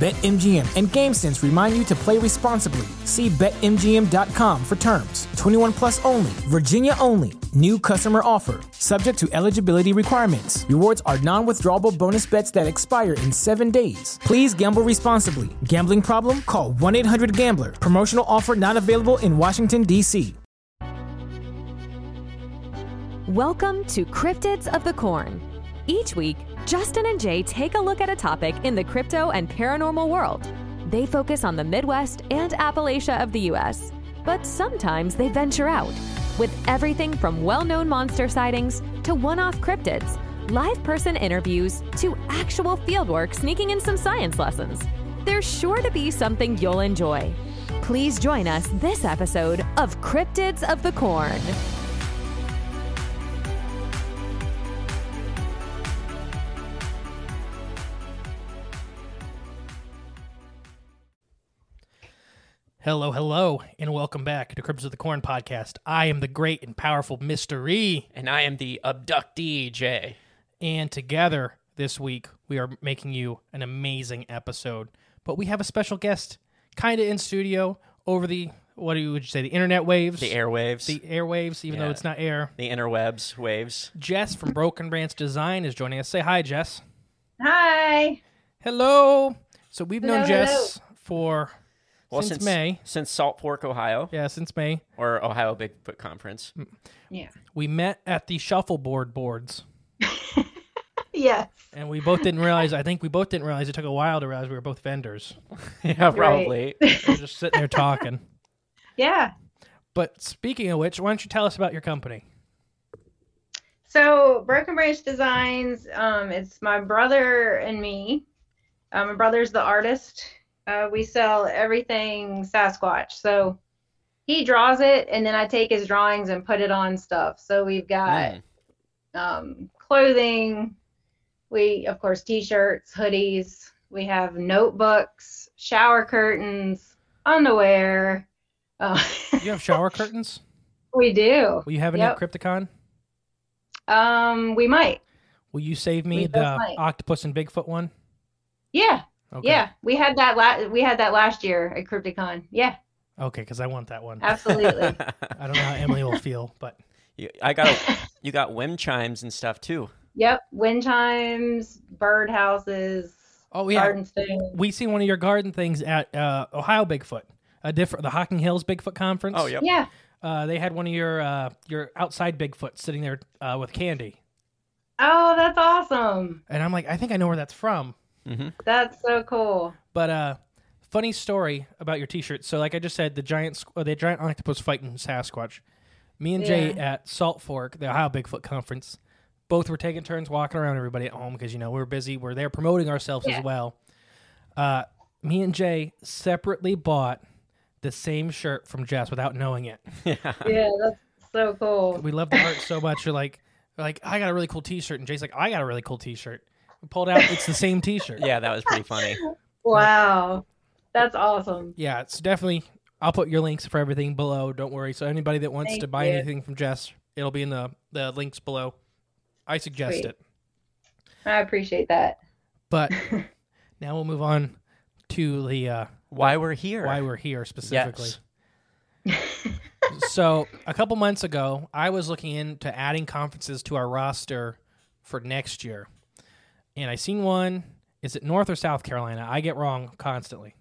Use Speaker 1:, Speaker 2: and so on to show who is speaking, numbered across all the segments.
Speaker 1: BetMGM and GameSense remind you to play responsibly. See BetMGM.com for terms. 21 plus only, Virginia only. New customer offer, subject to eligibility requirements. Rewards are non withdrawable bonus bets that expire in seven days. Please gamble responsibly. Gambling problem? Call 1 800 Gambler. Promotional offer not available in Washington, D.C.
Speaker 2: Welcome to Cryptids of the Corn. Each week, Justin and Jay take a look at a topic in the crypto and paranormal world. They focus on the Midwest and Appalachia of the U.S., but sometimes they venture out with everything from well known monster sightings to one off cryptids, live person interviews to actual fieldwork sneaking in some science lessons. There's sure to be something you'll enjoy. Please join us this episode of Cryptids of the Corn.
Speaker 3: Hello, hello, and welcome back to Cribs of the Corn podcast. I am the great and powerful Mystery,
Speaker 4: And I am the abductee, Jay.
Speaker 3: and together this week we are making you an amazing episode. But we have a special guest, kind of in studio over the what do you would you say the internet waves,
Speaker 4: The airwaves,
Speaker 3: the
Speaker 4: the,
Speaker 3: airwaves, even though
Speaker 4: Yeah.
Speaker 3: it's not air.
Speaker 4: interwebs, waves.
Speaker 3: Jess from Broken Branch Design is joining us. Say hi, Jess.
Speaker 5: Hi.
Speaker 3: Hello. So we've known
Speaker 5: Hello,
Speaker 3: Jess for
Speaker 4: Well,
Speaker 3: since, May.
Speaker 4: Since Salt Fork, Ohio,
Speaker 3: Yeah, since May.
Speaker 4: or Ohio Bigfoot Conference.
Speaker 5: Yeah.
Speaker 3: We met at the shuffleboard boards.
Speaker 5: Yes.
Speaker 3: And we both didn't realize. I think we both didn't realize it took a while to realize we were both vendors.
Speaker 4: yeah, probably.
Speaker 3: We were just sitting there talking.
Speaker 5: Yeah.
Speaker 3: But speaking of which, why don't you tell us about your company?
Speaker 5: So Broken Branch Designs, um, it's my brother and me. Uh, my brother's the artist. Uh, we sell everything Sasquatch. So he draws it, and then I take his drawings and put it on stuff. So we've got
Speaker 4: Mm.
Speaker 5: um, clothing. We, of course, t shirts, hoodies. We have notebooks, shower curtains, underwear. Uh,
Speaker 3: You have shower curtains.
Speaker 5: we do.
Speaker 3: Will you have any
Speaker 5: Yep.
Speaker 3: at Crypticon?
Speaker 5: Um, we might.
Speaker 3: Will you save me
Speaker 5: We
Speaker 3: the
Speaker 5: both might.
Speaker 3: octopus and Bigfoot one?
Speaker 5: Yeah,
Speaker 3: Okay.
Speaker 5: yeah. We had that last we had that last year at Crypticon. Yeah,
Speaker 3: Okay, because I want that one.
Speaker 5: absolutely.
Speaker 3: I don't know how Emily will feel, but
Speaker 4: You- I got a, you got wind chimes and stuff too.
Speaker 5: yep. Wind chimes, bird houses,
Speaker 3: oh yeah,
Speaker 5: garden stones.
Speaker 3: we see one of your garden things at uh, Ohio Bigfoot, a different the Hocking Hills Bigfoot conference.
Speaker 4: Oh, yep.
Speaker 5: Yeah.
Speaker 3: Uh, they had one of your uh, your outside Bigfoot sitting there uh, with candy,
Speaker 5: Oh, that's awesome.
Speaker 3: and I'm like, I think I know where that's from.
Speaker 4: hmm
Speaker 5: That's so cool.
Speaker 3: But uh, funny story about your T-shirt. So, like I just said, the giant squ- uh, the giant octopus fighting Sasquatch. Me and Jay at Salt Fork, the Ohio Bigfoot conference, both were taking turns walking around everybody at home because you know we were busy. We're there promoting ourselves
Speaker 5: Yeah.
Speaker 3: as well. Uh, me and Jay separately bought the same shirt from Jess without knowing it.
Speaker 4: Yeah.
Speaker 5: Yeah, that's so cool.
Speaker 3: We love the art so much. You're like, we're like I got a really cool T-shirt, and Jay's like, I got a really cool T-shirt. We pulled out. It's the same T-shirt.
Speaker 4: yeah, that was pretty funny.
Speaker 5: Wow, that's awesome.
Speaker 3: yeah, it's definitely. I'll put your links for everything below. Don't worry. So anybody that wants
Speaker 5: Thank
Speaker 3: to buy
Speaker 5: you.
Speaker 3: anything from Jess, it'll be in the the links below. I suggest
Speaker 5: Sweet.
Speaker 3: it.
Speaker 5: I appreciate that.
Speaker 3: But now we'll move on to the uh,
Speaker 4: Why we're here?
Speaker 3: why we're here specifically.
Speaker 4: Yes.
Speaker 3: so a couple months ago, I was looking into adding conferences to our roster for next year, and I seen one. Is it North or South Carolina? I get wrong constantly.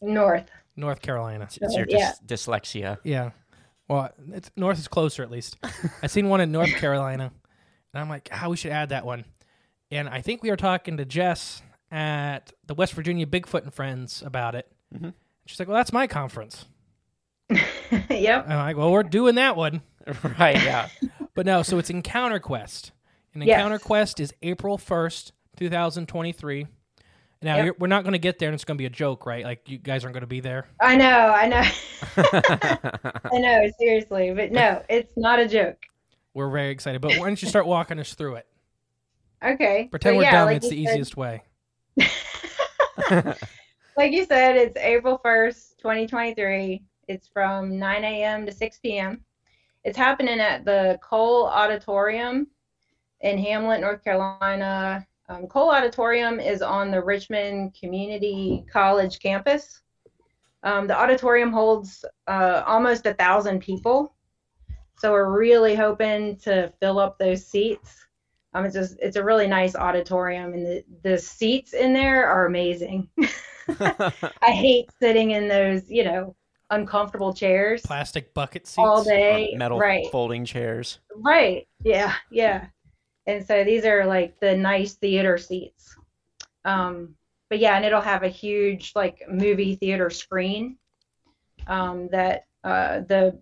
Speaker 5: North.
Speaker 3: North Carolina.
Speaker 4: It's your
Speaker 5: Yeah.
Speaker 4: dys- dyslexia.
Speaker 3: Yeah. Well, it's, North is closer at least. I seen one in North Carolina, and I'm like, how we should add that one. And I think we were talking to Jess at the West Virginia Bigfoot and Friends about it.
Speaker 4: Mhm.
Speaker 3: She's like, well, that's my conference.
Speaker 5: yep.
Speaker 3: I'm like, well, we're doing that one.
Speaker 4: right, yeah.
Speaker 3: But no, so it's Encounter Quest. And
Speaker 5: Yes.
Speaker 3: Encounter Quest is April 1st, 2023. Now,
Speaker 5: Yep.
Speaker 3: you're, we're not going to get there and it's going to be a joke, right? Like, you guys aren't going to be there.
Speaker 5: I know. I know. I know. Seriously, but no, it's not a joke.
Speaker 3: We're very excited. But why don't you start walking us through it?
Speaker 5: Okay.
Speaker 3: Pretend
Speaker 5: So,
Speaker 3: we're
Speaker 5: yeah,
Speaker 3: dumb.
Speaker 5: like
Speaker 3: it's
Speaker 5: you
Speaker 3: the
Speaker 5: said-
Speaker 3: easiest way.
Speaker 5: Like you said, it's April 1st, 2023. It's from 9 a.m. to 6 p.m. It's happening at the Cole Auditorium in Hamlet, North Carolina. Um, Cole Auditorium is on the Richmond Community College campus. Um, the auditorium holds uh, almost a thousand people, so we're really hoping to fill up those seats. Um, it's just it's a really nice auditorium, and the, the seats in there are amazing. I hate sitting in those, you know, uncomfortable chairs
Speaker 3: Plastic bucket seats.
Speaker 5: all day.
Speaker 4: Metal
Speaker 5: right,
Speaker 4: folding chairs.
Speaker 5: right, yeah, yeah. And so these are like the nice theater seats. Um, but yeah, and it'll have a huge like movie theater screen um, that uh, the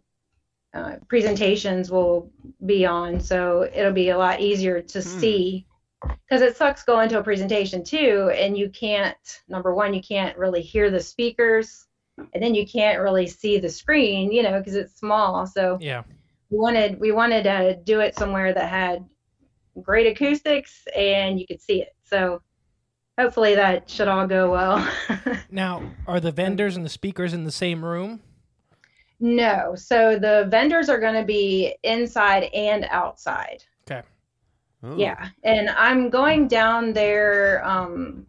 Speaker 5: uh, presentations will be on, so it'll be a lot easier to
Speaker 4: Hmm.
Speaker 5: see. Because it sucks going to a presentation too, and you can't. Number one, you can't really hear the speakers, and then you can't really see the screen, you know, because it's small. So
Speaker 3: Yeah.
Speaker 5: we wanted we wanted to do it somewhere that had great acoustics and you could see it. So hopefully that should all go well.
Speaker 3: Now, are the vendors and the speakers in the same room?
Speaker 5: no, so the vendors are going to be inside and outside.
Speaker 4: Ooh.
Speaker 5: Yeah,
Speaker 3: Oh.
Speaker 5: and I'm going down there um,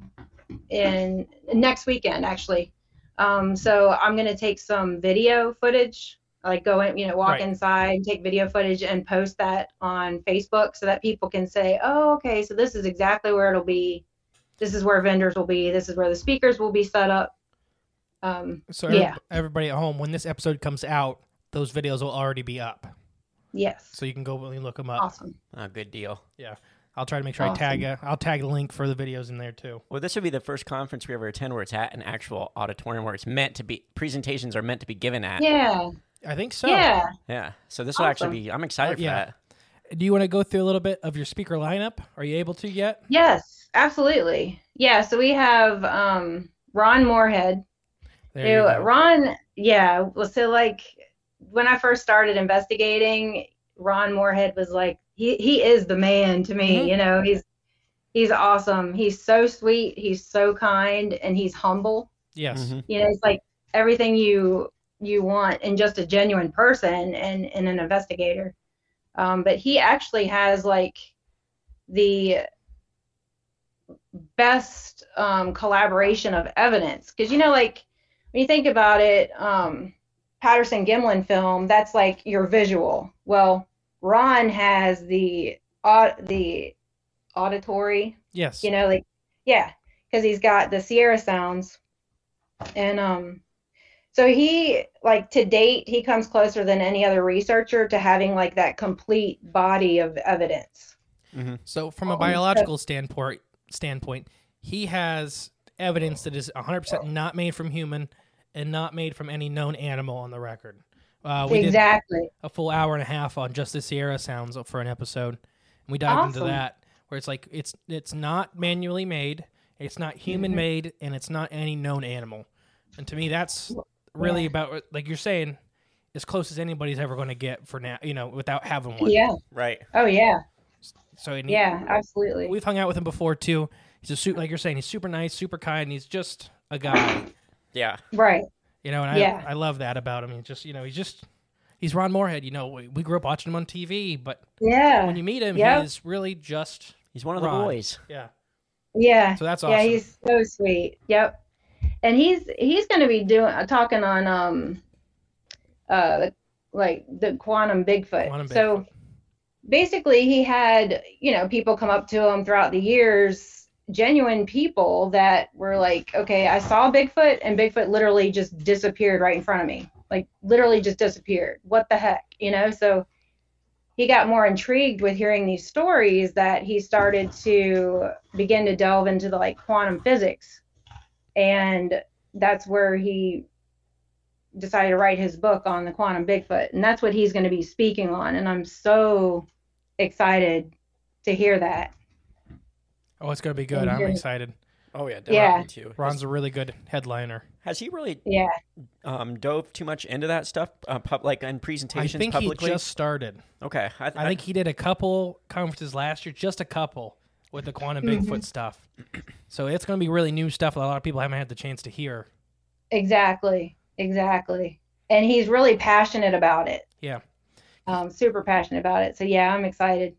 Speaker 5: in next weekend actually. Um, so I'm going to take some video footage, like go in, you know, walk
Speaker 3: Right.
Speaker 5: inside and take video footage and post that on Facebook so that people can say, oh, okay, so this is exactly where it'll be. This is where vendors will be. This is where the speakers will be set up. Um,
Speaker 3: So, every-
Speaker 5: yeah,
Speaker 3: everybody at home, when this episode comes out, those videos will already be up.
Speaker 5: yes.
Speaker 3: So uh, you can go and look them up.
Speaker 5: Awesome.
Speaker 4: Oh, good deal.
Speaker 3: I'll try to make sure I tag uh, I'll tag the link for the videos in there too.
Speaker 4: Well, this would be the first conference we ever attend where it's at an actual auditorium where it's meant to be, presentations are meant to be given at.
Speaker 5: Yeah.
Speaker 3: I think uh, so.
Speaker 5: yeah.
Speaker 4: Yeah. So this will actually
Speaker 5: Awesome.
Speaker 4: be, I'm excited
Speaker 3: Oh, yeah.
Speaker 4: for that.
Speaker 3: Do you want to go through a little bit of your speaker lineup? Are you able to yet?
Speaker 5: Yes, absolutely. Yeah, so we have um, Ron Moorhead.
Speaker 3: There you
Speaker 5: Who-
Speaker 3: go.
Speaker 5: Ron, yeah, well, so like when I first started investigating, Ron Moorhead was like he he is the man to me,
Speaker 3: Mhm.
Speaker 5: you know. He's he's awesome. He's so sweet, he's so kind, and he's humble.
Speaker 3: Yes.
Speaker 4: Mhm.
Speaker 5: You know, it's like everything you you want in just a genuine person and, and an investigator. Um, but he actually has like the best um, collaboration of evidence because you know, like when you think about it, um, Patterson Gimlin film that's like your visual. Well, Ron has the au- the auditory
Speaker 3: Yes.
Speaker 5: you know like yeah because he's got the sierra sounds and um so he like to date he comes closer than any other researcher to having like that complete body of evidence
Speaker 3: So from a
Speaker 5: Um,
Speaker 3: biological standpoint standpoint, he has evidence that is 100% not made from human and not made from any known animal on the record. Uh, we did
Speaker 5: exactly
Speaker 3: a full hour and a half on just the Sierra sounds for an episode. And we dived into
Speaker 5: Awesome.
Speaker 3: that where it's like it's it's not manually made, it's not human
Speaker 5: Mhm.
Speaker 3: made, and it's not any known animal. And to me, that's really about what- like you're saying as close as anybody's ever going to get for now, you know, without having one.
Speaker 5: yeah
Speaker 4: Right.
Speaker 5: oh yeah
Speaker 3: So and he-
Speaker 5: yeah absolutely
Speaker 3: we've hung out with him before too. He's a suit like you're saying. He's super nice, super kind. He's just a guy,
Speaker 4: Yeah.
Speaker 5: right
Speaker 3: you know. And I
Speaker 5: Yeah.
Speaker 3: I love that about him. He's just you know he's just he's Ron Moorhead. You know we, we grew up watching him on TV, but
Speaker 5: yeah
Speaker 3: when you meet him,
Speaker 5: Yep.
Speaker 3: he's really just
Speaker 4: He's one of the
Speaker 3: Ron.
Speaker 4: boys.
Speaker 3: yeah.
Speaker 5: yeah
Speaker 3: So that's awesome.
Speaker 5: yeah he's so sweet yep and he's he's going to be doing talking on um uh like the quantum bigfoot
Speaker 3: Quantum
Speaker 5: so
Speaker 3: Bigfoot.
Speaker 5: basically he had you know people come up to him throughout the years genuine people that were like okay i saw bigfoot and bigfoot literally just disappeared right in front of me like literally just disappeared what the heck you know so he got more intrigued with hearing these stories that he started to begin to delve into the like quantum physics and that's where he decided to write his book on the quantum Bigfoot, and that's what he's going to be speaking on. And I'm so excited to hear that.
Speaker 3: Oh, it's gonna be good. I'm excited.
Speaker 4: Oh yeah,
Speaker 5: Yeah.
Speaker 4: definitely too.
Speaker 3: Ron's a really good headliner.
Speaker 4: Has he really
Speaker 5: Yeah,
Speaker 4: um, dove too much into that stuff, uh, pub- like in presentations
Speaker 3: I think
Speaker 4: publicly?
Speaker 3: he just started.
Speaker 4: okay, I,
Speaker 3: I think he did a couple conferences last year, just a couple with the quantum Bigfoot stuff. So it's gonna be really new stuff. that A lot of people haven't had the chance to hear.
Speaker 5: exactly, exactly. And he's really passionate about it.
Speaker 3: Yeah.
Speaker 5: um, super passionate about it. So yeah, I'm excited.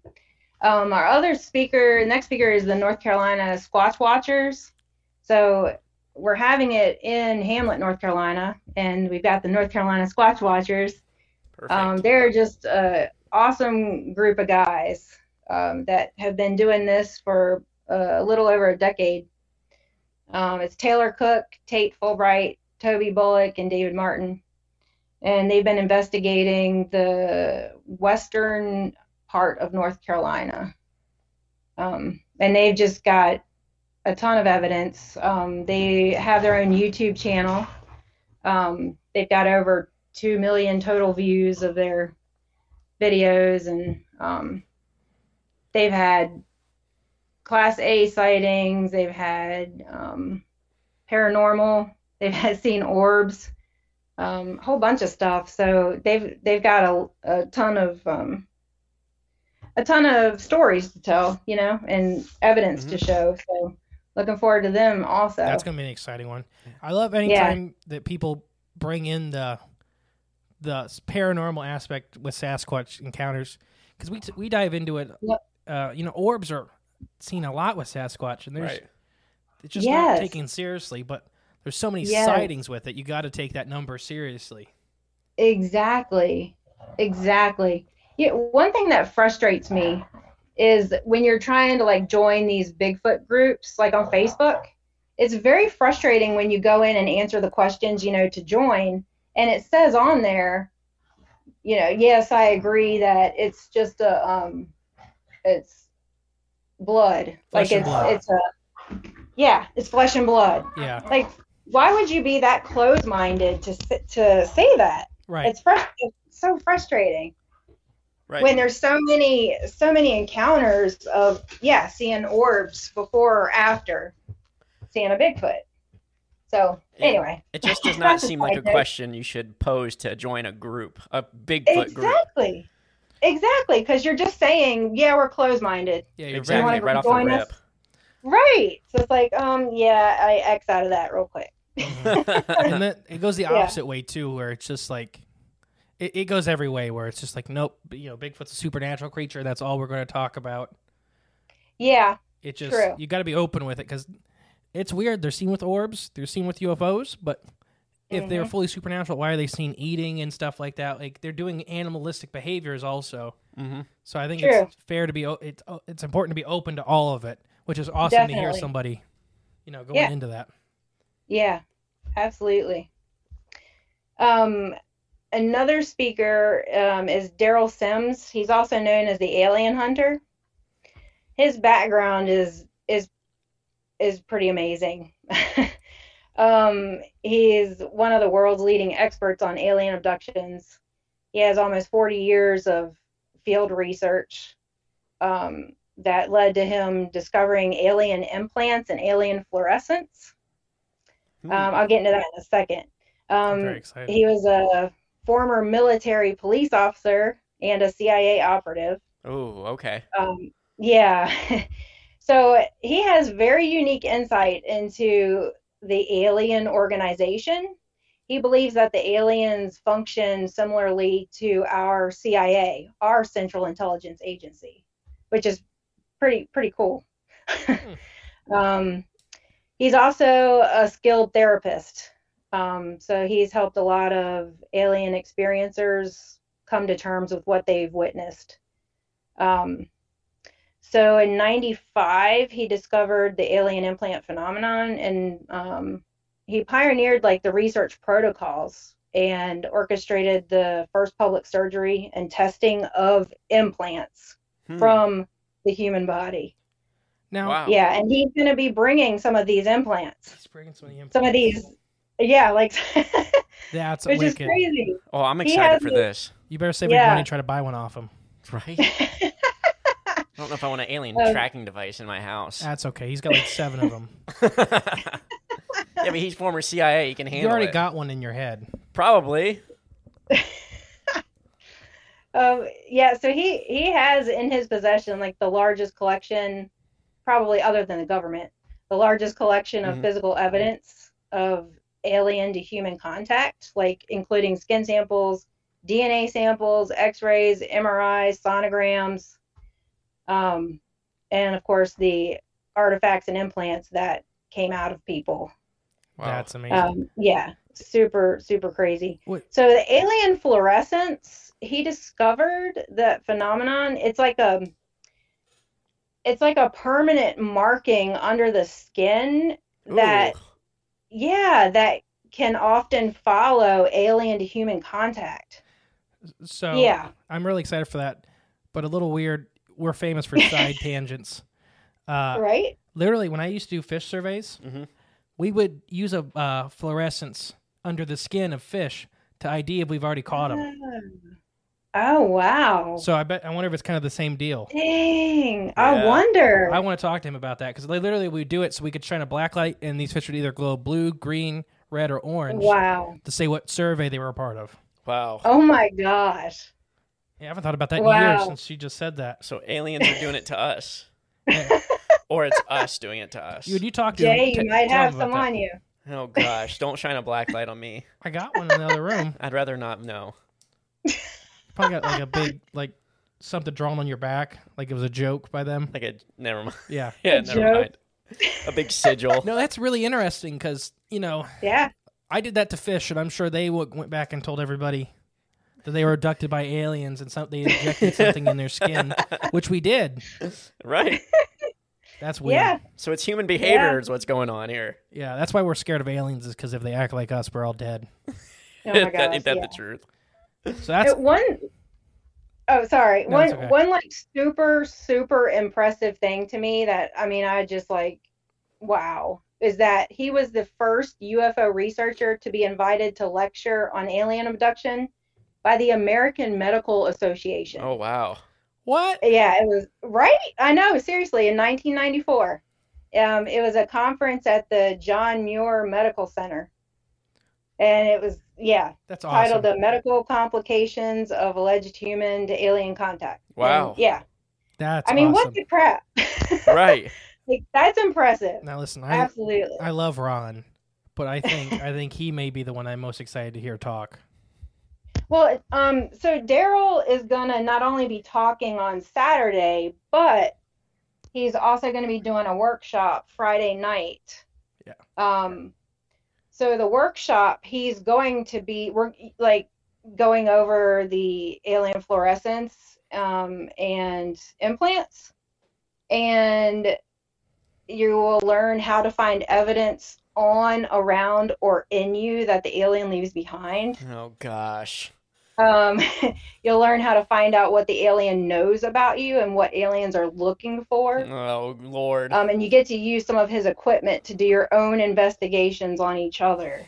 Speaker 5: Um, our other speaker, next speaker is the North Carolina Squatch Watchers. So we're having it in Hamlet, North Carolina, and we've got the North Carolina Squatch Watchers.
Speaker 4: perfect.
Speaker 5: Um, they're just an awesome group of guys um, that have been doing this for uh, a little over a decade. Um, it's Taylor Cook, Tate Fulbright, Toby Bullock, and David Martin. And they've been investigating the western part of North Carolina. Um, and they've just got a ton of evidence. Um, they have their own YouTube channel. Um, they've got over 2 million total views of their videos and um, they've had class a sightings they've had um, paranormal they've had seen orbs um, a whole bunch of stuff so they've they've got a, a ton of um, a ton of stories to tell you know and evidence to show so looking forward to them also
Speaker 3: That's gonna be an exciting one. I love anytime that people bring in the the s- paranormal aspect with Sasquatch encounters because we t- we dive into it.
Speaker 5: Yep.
Speaker 3: Uh, you know, orbs are seen a lot with Sasquatch, and there's
Speaker 4: right.
Speaker 3: it's just
Speaker 5: Yes.
Speaker 3: not taken seriously. But there's so many
Speaker 5: Yes.
Speaker 3: sightings with it, you got to take that number seriously.
Speaker 5: Exactly. Exactly. Yeah, one thing that frustrates me is when you're trying to like join these Bigfoot groups like on Facebook, it's very frustrating when you go in and answer the questions, you know, to join and it says on there, you know, yes, I agree that it's just a um it's blood.
Speaker 3: Flesh
Speaker 5: like
Speaker 3: and
Speaker 5: it's
Speaker 3: blood.
Speaker 5: it's a yeah, it's flesh and blood.
Speaker 3: Yeah,
Speaker 5: Like why would you be that close-minded to s- to say that?
Speaker 3: right.
Speaker 5: It's, frust- it's so frustrating
Speaker 4: Right.
Speaker 5: when there's so many so many encounters of yeah seeing orbs before or after seeing a Bigfoot. So
Speaker 4: Yeah.
Speaker 5: anyway,
Speaker 4: it just does not
Speaker 5: That's
Speaker 4: seem like a
Speaker 5: exciting.
Speaker 4: question you should pose to join a group, a Bigfoot group.
Speaker 5: exactly, exactly, because you're just saying yeah we're closed-minded,
Speaker 3: yeah, you're
Speaker 5: You
Speaker 4: Exactly,
Speaker 5: wanna
Speaker 4: right off
Speaker 5: join us? right? So it's like um yeah I X out of that real quick.
Speaker 4: the
Speaker 3: right.
Speaker 4: rip.
Speaker 3: and then it goes the
Speaker 5: Yeah.
Speaker 3: opposite way too, where it's just like. It, it goes every way where it's just like nope you know bigfoot's a supernatural creature that's all we're going to talk about
Speaker 5: Yeah,
Speaker 3: It just
Speaker 5: True.
Speaker 3: you got to be open with it because it's weird. They're seen with orbs, they're seen with UFOs, but if
Speaker 5: Mm-hmm.
Speaker 3: they're fully supernatural, why are they seen eating and stuff like that? Like they're doing animalistic behaviors also.
Speaker 4: hmm
Speaker 3: So I think
Speaker 5: True.
Speaker 3: it's fair to be o- it's o- it's important to be open to all of it, which is awesome to hear
Speaker 5: Definitely.
Speaker 3: somebody you know going
Speaker 5: Yeah.
Speaker 3: into that.
Speaker 5: Yeah, absolutely. Um, another speaker um, is Daryl Sims. He's also known as the Alien Hunter. His background is is is pretty amazing. um, he is one of the world's leading experts on alien abductions. He has almost 40 years of field research um, that led to him discovering alien implants and alien fluorescence. Um, I'll get into that in a second.
Speaker 3: I'm very
Speaker 5: Um,
Speaker 3: excited.
Speaker 5: he was a former military police officer and a CIA operative.
Speaker 4: oh, okay.
Speaker 5: Um, yeah. so he has very unique insight into the alien organization. He believes that the aliens function similarly to our CIA, our Central Intelligence Agency, which is pretty pretty cool. um, he's also a skilled therapist. Um, so he's helped a lot of alien experiencers come to terms with what they've witnessed. Um, so in 95, he discovered the alien implant phenomenon and um, he pioneered like the research protocols and orchestrated the first public surgery and testing of implants
Speaker 4: Hmm.
Speaker 5: from the human body.
Speaker 3: Now
Speaker 4: wow.
Speaker 5: Yeah, and he's going to be bringing some of these implants,
Speaker 3: he's bringing some of the
Speaker 5: some of
Speaker 3: implants.
Speaker 5: these yeah, like
Speaker 3: That's
Speaker 5: which is
Speaker 3: wicked.
Speaker 5: crazy.
Speaker 4: Oh, I'm
Speaker 5: He
Speaker 4: excited
Speaker 5: has
Speaker 4: for
Speaker 5: a-
Speaker 4: this.
Speaker 3: You better save
Speaker 5: Yeah.
Speaker 3: your money and try to buy one off him.
Speaker 4: Right? I don't know if I want an alien
Speaker 5: Um,
Speaker 4: tracking device in my house.
Speaker 3: That's okay. He's got like seven of them.
Speaker 4: yeah, but he's former CIA. He can handle
Speaker 3: you already
Speaker 4: it.
Speaker 3: got one in your head.
Speaker 4: Probably.
Speaker 5: Um, yeah, so he he has in his possession like the largest collection, probably other than the government, the largest collection of
Speaker 4: Mhm.
Speaker 5: physical evidence of alien to human contact, like including skin samples, DNA samples, X-rays, MRIs, sonograms, um, and of course the artifacts and implants that came out of people.
Speaker 4: Wow.
Speaker 3: That's amazing.
Speaker 5: Um, yeah, super, super crazy.
Speaker 3: Wait.
Speaker 5: So the alien fluorescence, he discovered that phenomenon. It's like a, it's like a permanent marking under the skin that,
Speaker 4: Ooh.
Speaker 5: yeah, that can often follow alien to human contact.
Speaker 3: so
Speaker 5: yeah.
Speaker 3: I'm really excited for that, but a little weird. We're famous for side tangents. Uh,
Speaker 5: Right?
Speaker 3: Literally, when I used to do fish surveys,
Speaker 4: Mhm.
Speaker 3: we would use a uh, fluorescence under the skin of fish to ID if we've already caught them.
Speaker 5: Oh, wow.
Speaker 3: So I bet I wonder if it's kind of the same deal.
Speaker 5: Dang. I
Speaker 4: Yeah.
Speaker 5: wonder.
Speaker 3: I want to talk to him about that because they literally we would do it so we could shine a black light and these fish would either glow blue, green, red, or orange
Speaker 5: Wow.
Speaker 3: to say what survey they were a part of.
Speaker 4: Wow.
Speaker 5: Oh my gosh.
Speaker 3: Yeah, I haven't thought about that in
Speaker 5: Wow.
Speaker 3: years since she just said that.
Speaker 4: So aliens are doing it to us,
Speaker 3: Yeah.
Speaker 4: or it's us doing it to us.
Speaker 3: Dude, you talk to
Speaker 5: Jay,
Speaker 3: him,
Speaker 5: you
Speaker 3: t- tell
Speaker 5: might
Speaker 3: him
Speaker 5: have
Speaker 3: about
Speaker 5: some
Speaker 3: that.
Speaker 5: on you.
Speaker 4: Oh gosh, don't shine a black light on me.
Speaker 3: I got one in the other room.
Speaker 4: I'd rather not know.
Speaker 3: Probably got like a big like something drawn on your back, like it was a joke by them.
Speaker 4: Like a never mind.
Speaker 3: Yeah.
Speaker 4: Yeah,
Speaker 5: A
Speaker 4: never
Speaker 5: joke.
Speaker 4: mind. A big sigil.
Speaker 3: No, that's really interesting because you know
Speaker 5: Yeah.
Speaker 3: I did that to fish, and I'm sure they w- went back and told everybody that they were abducted by aliens and some- they injected something in their skin, which we did.
Speaker 4: Right.
Speaker 3: That's weird.
Speaker 5: Yeah.
Speaker 4: So it's human behavior is what's going on here.
Speaker 3: Yeah, that's why we're scared of aliens is because if they act like us, we're all dead.
Speaker 5: Oh my
Speaker 4: That-
Speaker 5: gosh.
Speaker 4: Ain't that
Speaker 5: yeah.
Speaker 4: the truth?
Speaker 3: So that's
Speaker 5: Uh, one oh sorry
Speaker 3: No,
Speaker 5: one
Speaker 3: it's okay.
Speaker 5: one like super super impressive thing to me that i mean i just like wow is that he was the first ufo researcher to be invited to lecture on alien abduction by the american medical association
Speaker 4: Oh wow.
Speaker 3: what?
Speaker 5: yeah, it was right. I know, seriously, in 1994. Um, it was a conference at the John Muir Medical Center. And it was, yeah,
Speaker 3: That's awesome.
Speaker 5: titled The Medical Complications of Alleged Human to Alien Contact. And,
Speaker 4: Wow.
Speaker 5: yeah.
Speaker 3: That's
Speaker 5: I mean,
Speaker 3: awesome.
Speaker 5: what the crap?
Speaker 4: Right.
Speaker 5: like, that's impressive.
Speaker 3: Now listen, I
Speaker 5: Absolutely.
Speaker 3: I love Ron, but I think I think he may be the one I'm most excited to hear talk.
Speaker 5: Well, um, so Daryl is gonna not only be talking on Saturday, but he's also gonna be doing a workshop Friday night.
Speaker 3: Yeah.
Speaker 5: Um, so the workshop, he's going to be we're like going over the alien fluorescence um, and implants, and you will learn how to find evidence on, around, or in you that the alien leaves behind.
Speaker 4: Oh gosh.
Speaker 5: Um, you'll learn how to find out what the alien knows about you and what aliens are looking for.
Speaker 4: Oh Lord.
Speaker 5: Um, and you get to use some of his equipment to do your own investigations on each other.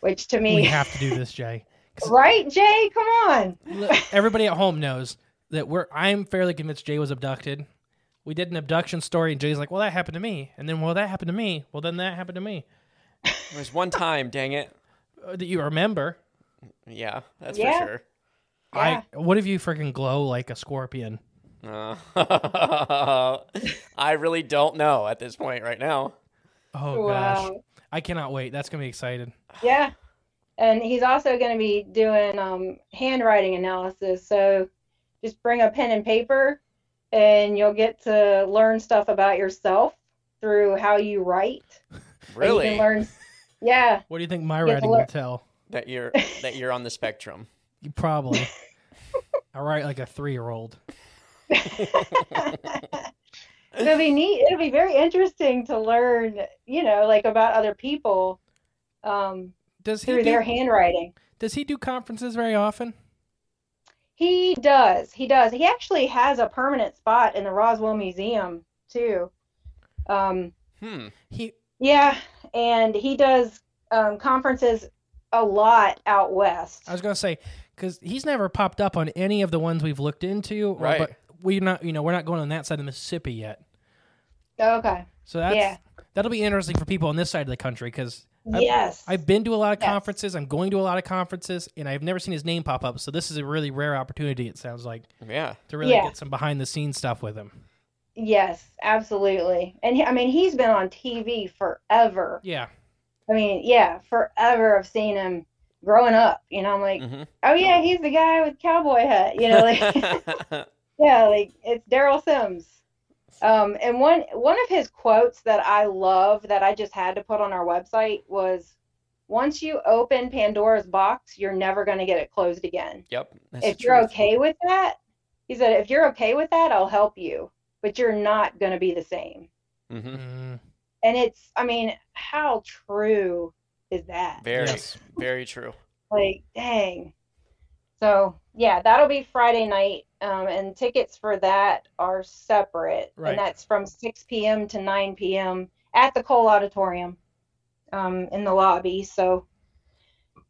Speaker 5: Which to
Speaker 3: We
Speaker 5: me,
Speaker 3: have to do this, Jay.
Speaker 5: right, Jay? Come on.
Speaker 3: Look, everybody at home knows that we're I'm fairly convinced Jay was abducted. We did an abduction story and Jay's like, "Well, that happened to me." And then, "Well, that happened to me." Well, then that happened to me.
Speaker 4: There was one time, dang it.
Speaker 3: Uh, that you remember.
Speaker 4: Yeah, that's
Speaker 5: Yeah.
Speaker 4: for sure.
Speaker 5: Yeah.
Speaker 3: I what if you freaking glow like a scorpion?
Speaker 4: Uh, I really don't know at this point right now.
Speaker 3: Oh gosh.
Speaker 5: wow.
Speaker 3: I cannot wait. That's going to be excited.
Speaker 5: Yeah. And he's also going to be doing um, handwriting analysis. So just bring a pen and paper, and you'll get to learn stuff about yourself through how you write. And you can
Speaker 4: Really?
Speaker 5: learn, yeah.
Speaker 3: What do you think my
Speaker 5: to
Speaker 3: writing will
Speaker 5: learn-
Speaker 3: tell?
Speaker 4: That you're that you're on the spectrum.
Speaker 3: You probably. I write like a three-year-old.
Speaker 5: it'll be neat. It'll be very interesting to learn, you know, like about other people um,
Speaker 3: Does he
Speaker 5: through
Speaker 3: do,
Speaker 5: their handwriting.
Speaker 3: Does he do conferences very often?
Speaker 5: He does. He does. He actually has a permanent spot in the Roswell Museum too. Um,
Speaker 4: Hmm.
Speaker 3: He
Speaker 5: yeah, and he does um, conferences a lot out west.
Speaker 3: I was gonna say because he's never popped up on any of the ones we've looked into. or-
Speaker 4: Right.
Speaker 3: But we're not, you know, we're not going on that side of the Mississippi yet.
Speaker 5: Okay.
Speaker 3: So that's
Speaker 5: Yeah.
Speaker 3: that'll be interesting for people on this side of the country because
Speaker 5: yes.
Speaker 3: I've been to a lot of
Speaker 5: Yes.
Speaker 3: conferences. I'm going to a lot of conferences, and I've never seen his name pop up. So this is a really rare opportunity. It sounds like
Speaker 4: Yeah.
Speaker 3: to really
Speaker 5: Yeah.
Speaker 3: get some behind the scenes stuff with him.
Speaker 5: yes, absolutely. And he, I mean, he's been on TV forever.
Speaker 3: Yeah,
Speaker 5: I mean, yeah, forever. I've seen him growing up. You know, I'm like,
Speaker 4: Mhm.
Speaker 5: oh yeah, he's the guy with cowboy hat. You know, like. Yeah, like it's Daryl Sims. Um, and one one of his quotes that I love that I just had to put on our website was, "Once you open Pandora's box, you're never going to get it closed again.
Speaker 4: yep. That's
Speaker 5: If
Speaker 4: the
Speaker 5: you're
Speaker 4: truth.
Speaker 5: okay with that," he said, "if you're okay with that, I'll help you, but you're not going to be the same."
Speaker 4: Mhm.
Speaker 3: Mm,
Speaker 5: And it's, I mean, how true is that?
Speaker 4: Very,
Speaker 3: Yes.
Speaker 4: very true.
Speaker 5: Like, dang. So, yeah, that'll be Friday night. Um, and tickets for that are separate.
Speaker 3: Right.
Speaker 5: And that's from 6 p.m. to 9 p.m. at the Cole Auditorium um, in the lobby. So,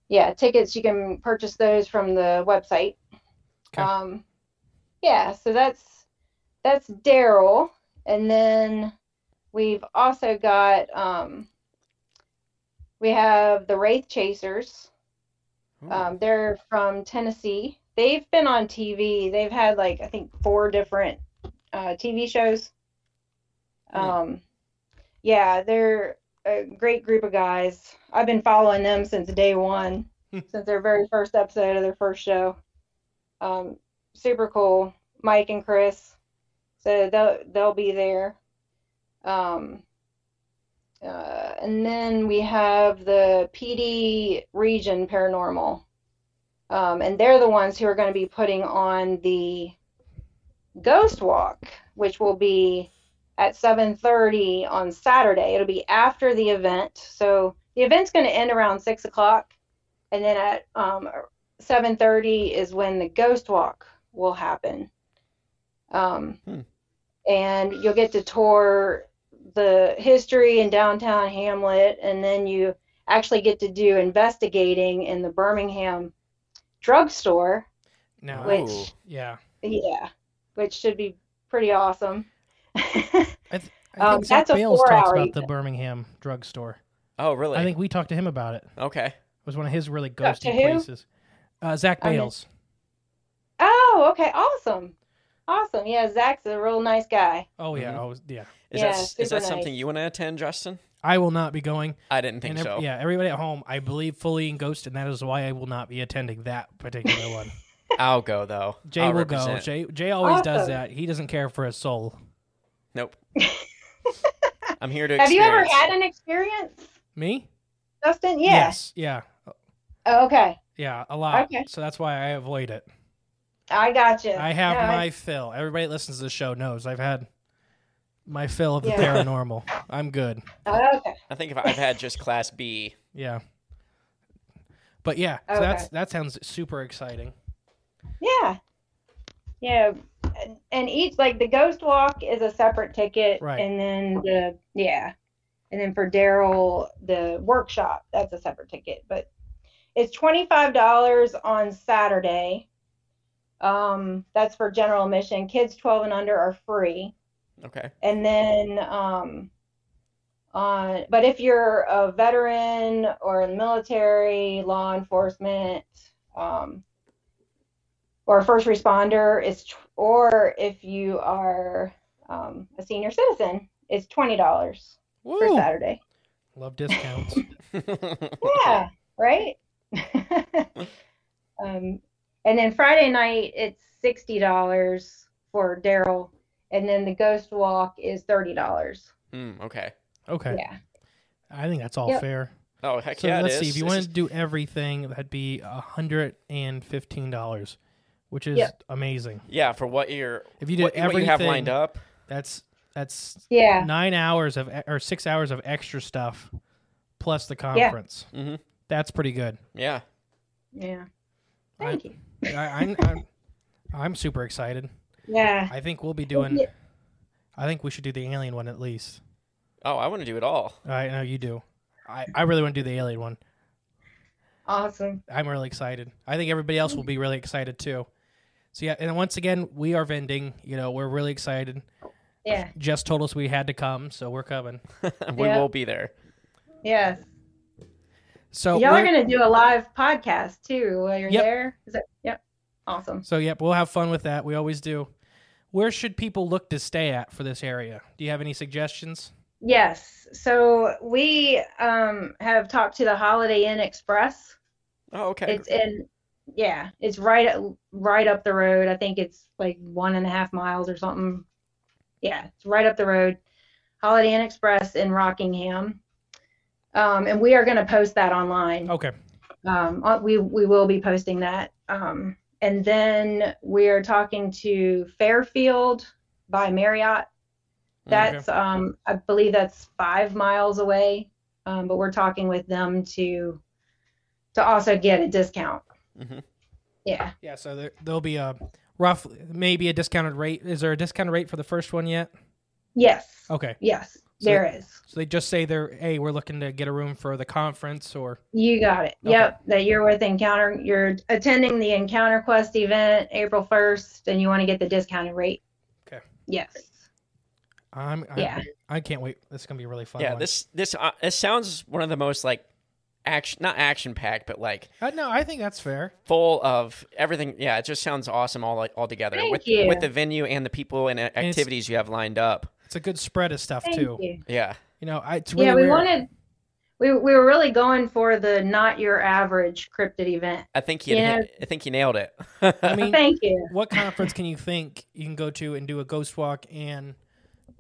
Speaker 5: yeah, tickets, you can purchase those from the website.
Speaker 3: Okay.
Speaker 5: Um, yeah, so that's that's Daryl. And then we've also got um, we have the Wraith Chasers. Um, they're from Tennessee. They've been on TV. They've had like I think four different uh, TV shows. Um, yeah, they're a great group of guys. I've been following them since day one, since their very first episode of their first show. Um, super cool, Mike and Chris. So they'll they'll be there. Um, uh, and then we have the PD Region Paranormal. Um, and they're the ones who are going to be putting on the Ghost Walk, which will be at 7:30 on Saturday. It'll be after the event, so the event's going to end around six o'clock, and then at um, 7:30 is when the Ghost Walk will happen. Um,
Speaker 4: Hmm.
Speaker 5: And you'll get to tour the history in downtown Hamlet, and then you actually get to do investigating in the Birmingham drugstore,
Speaker 3: no,
Speaker 5: which
Speaker 4: Ooh.
Speaker 3: yeah.
Speaker 5: yeah, which should be pretty awesome.
Speaker 3: I
Speaker 5: Um,
Speaker 3: think Zach
Speaker 5: that's a
Speaker 3: Bales talks
Speaker 5: four-hour
Speaker 3: about the
Speaker 5: event.
Speaker 3: Birmingham drugstore.
Speaker 4: Oh, really?
Speaker 3: I think we talked to him about it. It
Speaker 4: Okay.
Speaker 3: was one of his really
Speaker 5: Talked to
Speaker 3: ghosty
Speaker 5: who?
Speaker 3: places. Uh, Zach
Speaker 5: I mean-
Speaker 3: Bales.
Speaker 5: Oh, okay, awesome, awesome. Yeah, Zach's a real nice guy.
Speaker 3: Oh yeah,
Speaker 4: Mhm.
Speaker 3: oh yeah.
Speaker 4: Is
Speaker 5: Yeah,
Speaker 4: that is that
Speaker 5: super nice.
Speaker 4: something you want to attend, Justin?
Speaker 3: I will not be going.
Speaker 4: I didn't think
Speaker 3: and ev-
Speaker 4: so.
Speaker 3: Yeah, everybody at home, I believe fully in Ghost, and that is why I will not be attending that particular one.
Speaker 4: I'll go though.
Speaker 3: Jay
Speaker 4: I'll
Speaker 3: will go.
Speaker 4: represent.
Speaker 3: Jay Jay always does
Speaker 5: Awesome.
Speaker 3: that. He doesn't care for his soul.
Speaker 4: Nope. I'm here to.
Speaker 5: Have you ever
Speaker 4: experience.
Speaker 5: had an experience,
Speaker 3: Me?
Speaker 5: Dustin? Yeah.
Speaker 3: Yes. Yeah.
Speaker 5: Oh, okay,
Speaker 3: Yeah. A lot.
Speaker 5: Okay.
Speaker 3: So that's why I avoid it.
Speaker 5: I gotcha.
Speaker 3: I have
Speaker 5: No, I-
Speaker 3: my fill. Everybody that listens to the show knows I've had my fill of the
Speaker 5: Yeah.
Speaker 3: paranormal. I'm good.
Speaker 5: oh, okay.
Speaker 4: I think if I've had just Class B.
Speaker 3: Yeah. But yeah, so that's
Speaker 5: Okay.
Speaker 3: that sounds super exciting.
Speaker 5: Yeah. Yeah. And, and each, like the Ghost Walk is a separate ticket.
Speaker 3: Right.
Speaker 5: And then the, yeah. And then for Daryl, the workshop, that's a separate ticket. But it's $25 on Saturday. Um, that's for general admission. Kids 12 and under are free.
Speaker 4: Okay.
Speaker 5: And then, um, on, but if you're a veteran or in the military, law enforcement, um, or a first responder, it's, tw- or if you are um, a senior citizen, it's $20 for
Speaker 3: Woo!
Speaker 5: Saturday.
Speaker 3: Love discounts.
Speaker 5: Yeah, right? um, and then Friday night, it's $60 for Daryl. And then the ghost walk is $30.
Speaker 4: mm, okay.
Speaker 3: Okay.
Speaker 5: Yeah.
Speaker 3: I think that's all
Speaker 5: Yep.
Speaker 3: fair.
Speaker 4: Oh heck
Speaker 3: So
Speaker 4: yeah! it
Speaker 3: let's
Speaker 4: is.
Speaker 3: see. If you
Speaker 4: This
Speaker 3: wanted
Speaker 4: is-
Speaker 3: to do everything, that'd be hundred and fifteen dollars, which is
Speaker 5: Yep.
Speaker 3: amazing.
Speaker 4: yeah, for what you're,
Speaker 3: If you did
Speaker 4: what, what
Speaker 3: everything,
Speaker 4: you have lined up.
Speaker 3: that's that's
Speaker 5: Yeah.
Speaker 3: nine hours of e, or six hours of extra stuff, plus the conference.
Speaker 4: Mhm.
Speaker 3: That's pretty good.
Speaker 4: Yeah.
Speaker 5: Yeah.
Speaker 3: I-
Speaker 5: Thank you.
Speaker 3: I, I'm, I'm I'm super excited.
Speaker 5: Yeah.
Speaker 3: I think we'll be doing. I think we should do the alien one at least.
Speaker 4: Oh, I want to do it all.
Speaker 3: I know you do. I, I really want to do the alien one.
Speaker 5: Awesome.
Speaker 3: I'm really excited. I think everybody else will be really excited too. So yeah, and once again, we are vending. You know, we're really excited.
Speaker 5: Yeah.
Speaker 3: Jess told us we had to come, so we're coming.
Speaker 4: we
Speaker 5: Yeah.
Speaker 4: will be there.
Speaker 5: Yes.
Speaker 3: So
Speaker 5: Y'all are
Speaker 3: we're-
Speaker 5: gonna do a live podcast too while you're
Speaker 3: Yep.
Speaker 5: there. Is that? Yep. Awesome.
Speaker 3: So yep, we'll have fun with that. We always do. Where should people look to stay at for this area? Do you have any suggestions?
Speaker 5: Yes. So we um, have talked to the Holiday Inn Express.
Speaker 4: Oh, okay.
Speaker 5: It's in, yeah, it's right right up the road. I think it's like one and a half miles or something. Yeah, it's right up the road. Holiday Inn Express in Rockingham. Um, and we are going to post that online.
Speaker 3: Okay.
Speaker 5: Um, uh, we we will be posting that. Um, and then we are talking to Fairfield by Marriott. That's um, I believe that's five miles away, um, but we're talking with them to to also get a discount.
Speaker 3: Mm-hmm.
Speaker 4: Mhm.
Speaker 5: Yeah,
Speaker 3: Yeah. So there, there'll be a roughly maybe a discounted rate. Is there a discounted rate for the first one yet?
Speaker 5: yes,
Speaker 3: Okay.
Speaker 5: yes,
Speaker 3: So-
Speaker 5: there is.
Speaker 3: So they just say they're hey, we're looking to get a room for the conference or
Speaker 5: You got it.
Speaker 3: Okay.
Speaker 5: Yep, that you're with Encounter. You're attending the Encounter Quest event April first, and you want to get the discounted rate.
Speaker 3: Okay.
Speaker 5: Yes.
Speaker 3: I'm I,
Speaker 5: Yeah.
Speaker 3: I can't wait. This is gonna be a really fun.
Speaker 4: yeah,
Speaker 3: one.
Speaker 4: this this uh, it sounds one of the most like action not action packed, but like
Speaker 3: Uh, no, I think that's fair.
Speaker 4: full of everything. Yeah, it just sounds awesome all like all together
Speaker 5: Thank
Speaker 4: with
Speaker 5: you.
Speaker 4: with the venue and the people and uh,
Speaker 3: it's-
Speaker 4: activities you have lined up.
Speaker 3: It's a good spread of stuff
Speaker 5: Thank
Speaker 3: too. You.
Speaker 5: you.
Speaker 4: Yeah.
Speaker 3: know, I, it's really
Speaker 5: Yeah, we
Speaker 3: weird.
Speaker 5: wanted. We, we were really going for the not your average cryptid event.
Speaker 4: I think you
Speaker 5: Yeah.
Speaker 4: I think you nailed it.
Speaker 3: I mean,
Speaker 5: Thank you.
Speaker 3: what conference can you think you can go to and do a ghost walk and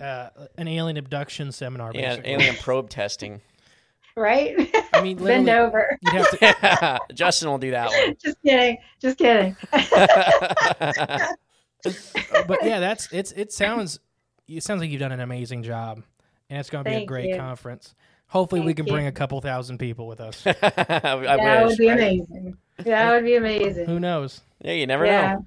Speaker 3: uh, an alien abduction seminar?
Speaker 4: yeah,
Speaker 3: basically?
Speaker 4: alien probe testing.
Speaker 5: Right?
Speaker 3: I mean,
Speaker 5: Bend
Speaker 3: literally,
Speaker 5: over.
Speaker 3: you'd have to
Speaker 4: Justin will do that one.
Speaker 5: Just kidding. Just kidding.
Speaker 3: but yeah, that's it's it sounds it sounds like you've done an amazing job, and it's going to be a
Speaker 5: Thank
Speaker 3: great
Speaker 5: you.
Speaker 3: conference. Hopefully, we
Speaker 5: Thank
Speaker 3: can
Speaker 5: you.
Speaker 3: bring a couple thousand people with us.
Speaker 4: I
Speaker 5: that
Speaker 4: wish.
Speaker 5: would be
Speaker 4: right?
Speaker 5: amazing. That would be amazing.
Speaker 3: Who knows?
Speaker 4: Yeah, you never
Speaker 5: Yeah.
Speaker 4: know.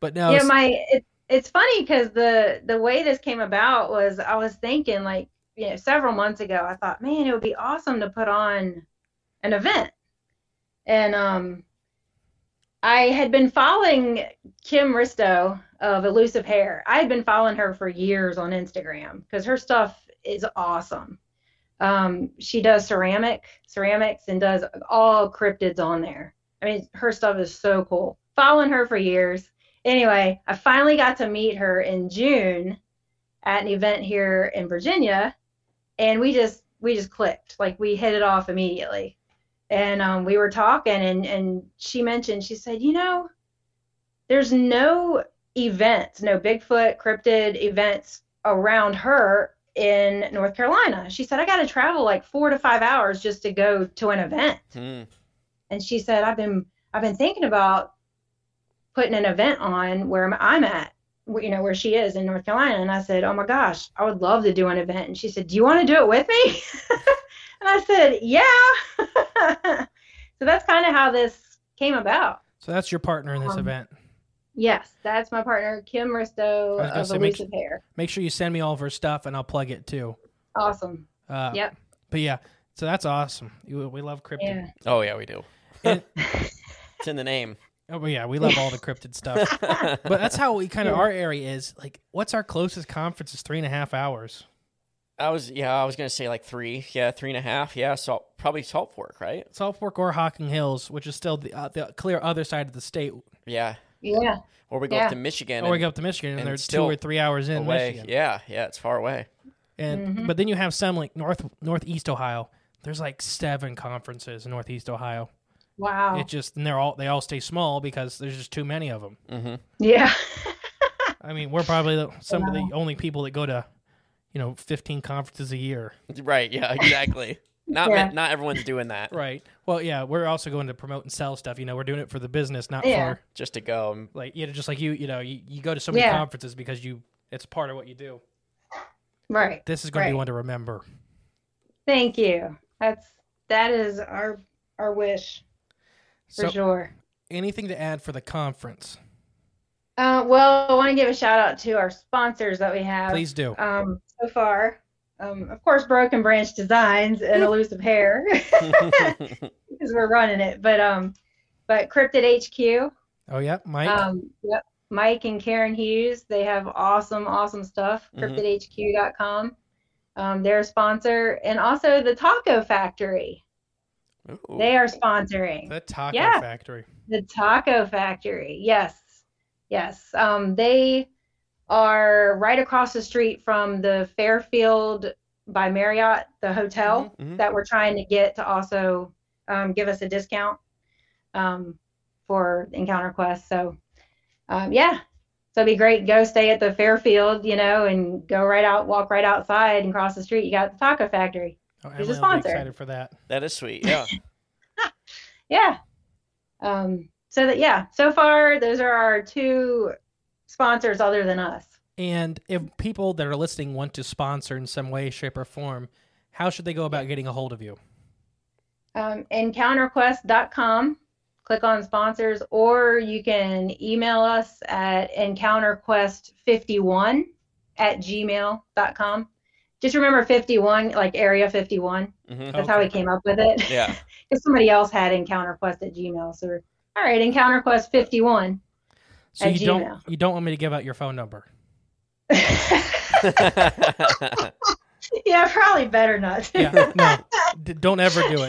Speaker 3: But no,
Speaker 5: yeah,
Speaker 3: s-
Speaker 5: my it, it's funny because the the way this came about was I was thinking like you know several months ago I thought man it would be awesome to put on an event and um I had been following Kim Risto of Elusive Hair I had been following her for years on Instagram because her stuff is awesome um she does ceramic ceramics and does all cryptids on there I mean her stuff is so cool following her for years anyway, I finally got to meet her in June at an event here in Virginia, and we just we just clicked. Like we hit it off immediately, and um, we were talking, and and she mentioned she said, you know, there's no events, no Bigfoot cryptid events around her in North Carolina. She said I got to travel like four to five hours just to go to an event
Speaker 4: Hmm.
Speaker 5: and she said i've been i've been thinking about putting an event on where i'm, I'm at wh- you know where she is in north carolina and i said oh my gosh i would love to do an event and she said do you want to do it with me and i said yeah so that's kind of how this came about
Speaker 3: so that's your partner in this
Speaker 5: Um,
Speaker 3: event.
Speaker 5: yes that's my partner kim risto
Speaker 3: I was gonna
Speaker 5: of
Speaker 3: say, make-
Speaker 5: elusive hair
Speaker 3: Make sure you send me all of her stuff, and I'll plug it too.
Speaker 5: awesome
Speaker 3: Uh,
Speaker 5: Yep.
Speaker 3: But yeah, so that's awesome. You- We love cryptid.
Speaker 5: yeah
Speaker 4: Oh yeah, we do.
Speaker 3: And-
Speaker 4: It's in the name.
Speaker 3: oh, but yeah, we love all the cryptid stuff. but that's how we kind of our area is. Like, what's our closest conference? Is three and a half hours.
Speaker 4: I was yeah, I was gonna say like three, yeah, three and a half, yeah, salt probably salt fork, right?
Speaker 3: South Fork or Hocking Hills, which is still the, uh, the clear other side of the state,
Speaker 4: Yeah,
Speaker 5: yeah
Speaker 4: or we go
Speaker 5: Yeah.
Speaker 4: up to Michigan.
Speaker 3: or we
Speaker 4: and
Speaker 3: go up to Michigan, and,
Speaker 4: and
Speaker 3: they're
Speaker 4: it's
Speaker 3: two
Speaker 4: still
Speaker 3: or three hours in
Speaker 4: away.
Speaker 3: Michigan.
Speaker 4: Yeah, yeah, it's far away.
Speaker 3: And but then you have some like north northeast Ohio. There's like seven conferences in northeast Ohio.
Speaker 5: wow
Speaker 3: It just and they're all they all stay small because there's just too many of them.
Speaker 4: Mm-hmm.
Speaker 5: yeah
Speaker 3: I mean, we're probably the, some of the only people that go to, you know, 15 conferences a year.
Speaker 4: Right. Yeah. Exactly. not
Speaker 5: Yeah.
Speaker 4: ma- not everyone's doing that.
Speaker 3: Right. Well, yeah, we're also going to promote and sell stuff. You know, we're doing it for the business, not
Speaker 5: Yeah.
Speaker 3: for
Speaker 4: Just to go. and-
Speaker 3: like you know, just like you. You know, you, you go to so many
Speaker 5: Yeah.
Speaker 3: conferences because you it's part of what you do.
Speaker 5: right
Speaker 3: This is going to be
Speaker 5: Right.
Speaker 3: one to remember.
Speaker 5: thank you that's that is our our wish for
Speaker 3: So,
Speaker 5: sure
Speaker 3: anything to add for the conference?
Speaker 5: Uh, well, I want to give a shout out to our sponsors that we have
Speaker 3: Please do.
Speaker 5: um, so far. um, of course, broken branch designs and elusive hair because we're running it. But um, but Cryptid HQ,
Speaker 3: Oh yeah, Mike.
Speaker 5: um, yep, Mike and Karen Hughes, they have awesome, awesome stuff.
Speaker 3: Mm-hmm.
Speaker 4: Mhm.
Speaker 5: CryptidHQ.com, um, they're a sponsor, and also the Taco Factory,
Speaker 4: Ooh.
Speaker 5: they are sponsoring.
Speaker 3: the Taco
Speaker 5: yeah.
Speaker 3: Factory.
Speaker 5: The Taco Factory. Yes. Yes. Um, they are right across the street from the Fairfield by Marriott, the hotel
Speaker 4: Mhm, mhm.
Speaker 5: that we're trying to get to also um, give us a discount um, for Encounter Quest. So, um, yeah. So it'd be great. Go stay at the Fairfield, you know, and go right out, walk right outside and cross the street. You got the Taco Factory.
Speaker 3: Oh,
Speaker 5: He's a
Speaker 3: Emily will be
Speaker 5: sponsor.
Speaker 3: excited for that.
Speaker 4: that is sweet. Yeah.
Speaker 5: yeah um so that yeah so far those are our two sponsors other than us
Speaker 3: And if people that are listening want to sponsor in some way, shape, or form, how should they go about getting a hold of you?
Speaker 5: um, encounterquest.com click on sponsors or you can email us at encounterquest51 at gmail.com just remember 51 like area 51
Speaker 4: Mhm.
Speaker 5: that's how we
Speaker 3: Okay.
Speaker 5: came up with it
Speaker 4: Yeah.
Speaker 5: because somebody else had encounterquest at gmail so we're, all right encounterquest51
Speaker 3: So
Speaker 5: At
Speaker 3: you don't
Speaker 5: Gmail.
Speaker 3: you don't want me to give out your phone number.
Speaker 5: yeah probably better not to.
Speaker 3: Yeah, no, D- don't ever do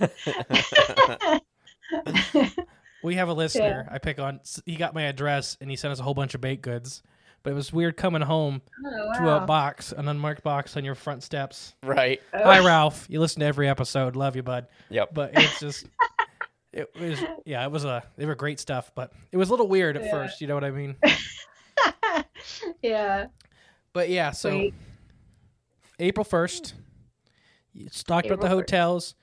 Speaker 3: it. We have a listener. I pick on. s- He got my address and he sent us a whole bunch of baked goods. But it was weird coming home
Speaker 5: Oh,
Speaker 3: to
Speaker 5: wow.
Speaker 3: a box, an unmarked box on your front steps.
Speaker 4: right.
Speaker 5: Oh.
Speaker 3: Hi, Ralph. You listen to every episode. Love you, bud.
Speaker 4: Yep.
Speaker 3: But it's just, it was, yeah, it was a, they were great stuff, but it was a little weird at
Speaker 5: Yeah.
Speaker 3: first. You know what I mean?
Speaker 5: yeah.
Speaker 3: But yeah, so
Speaker 5: Sweet.
Speaker 3: April 1st, you stocked up the
Speaker 5: April 1st.
Speaker 3: hotels.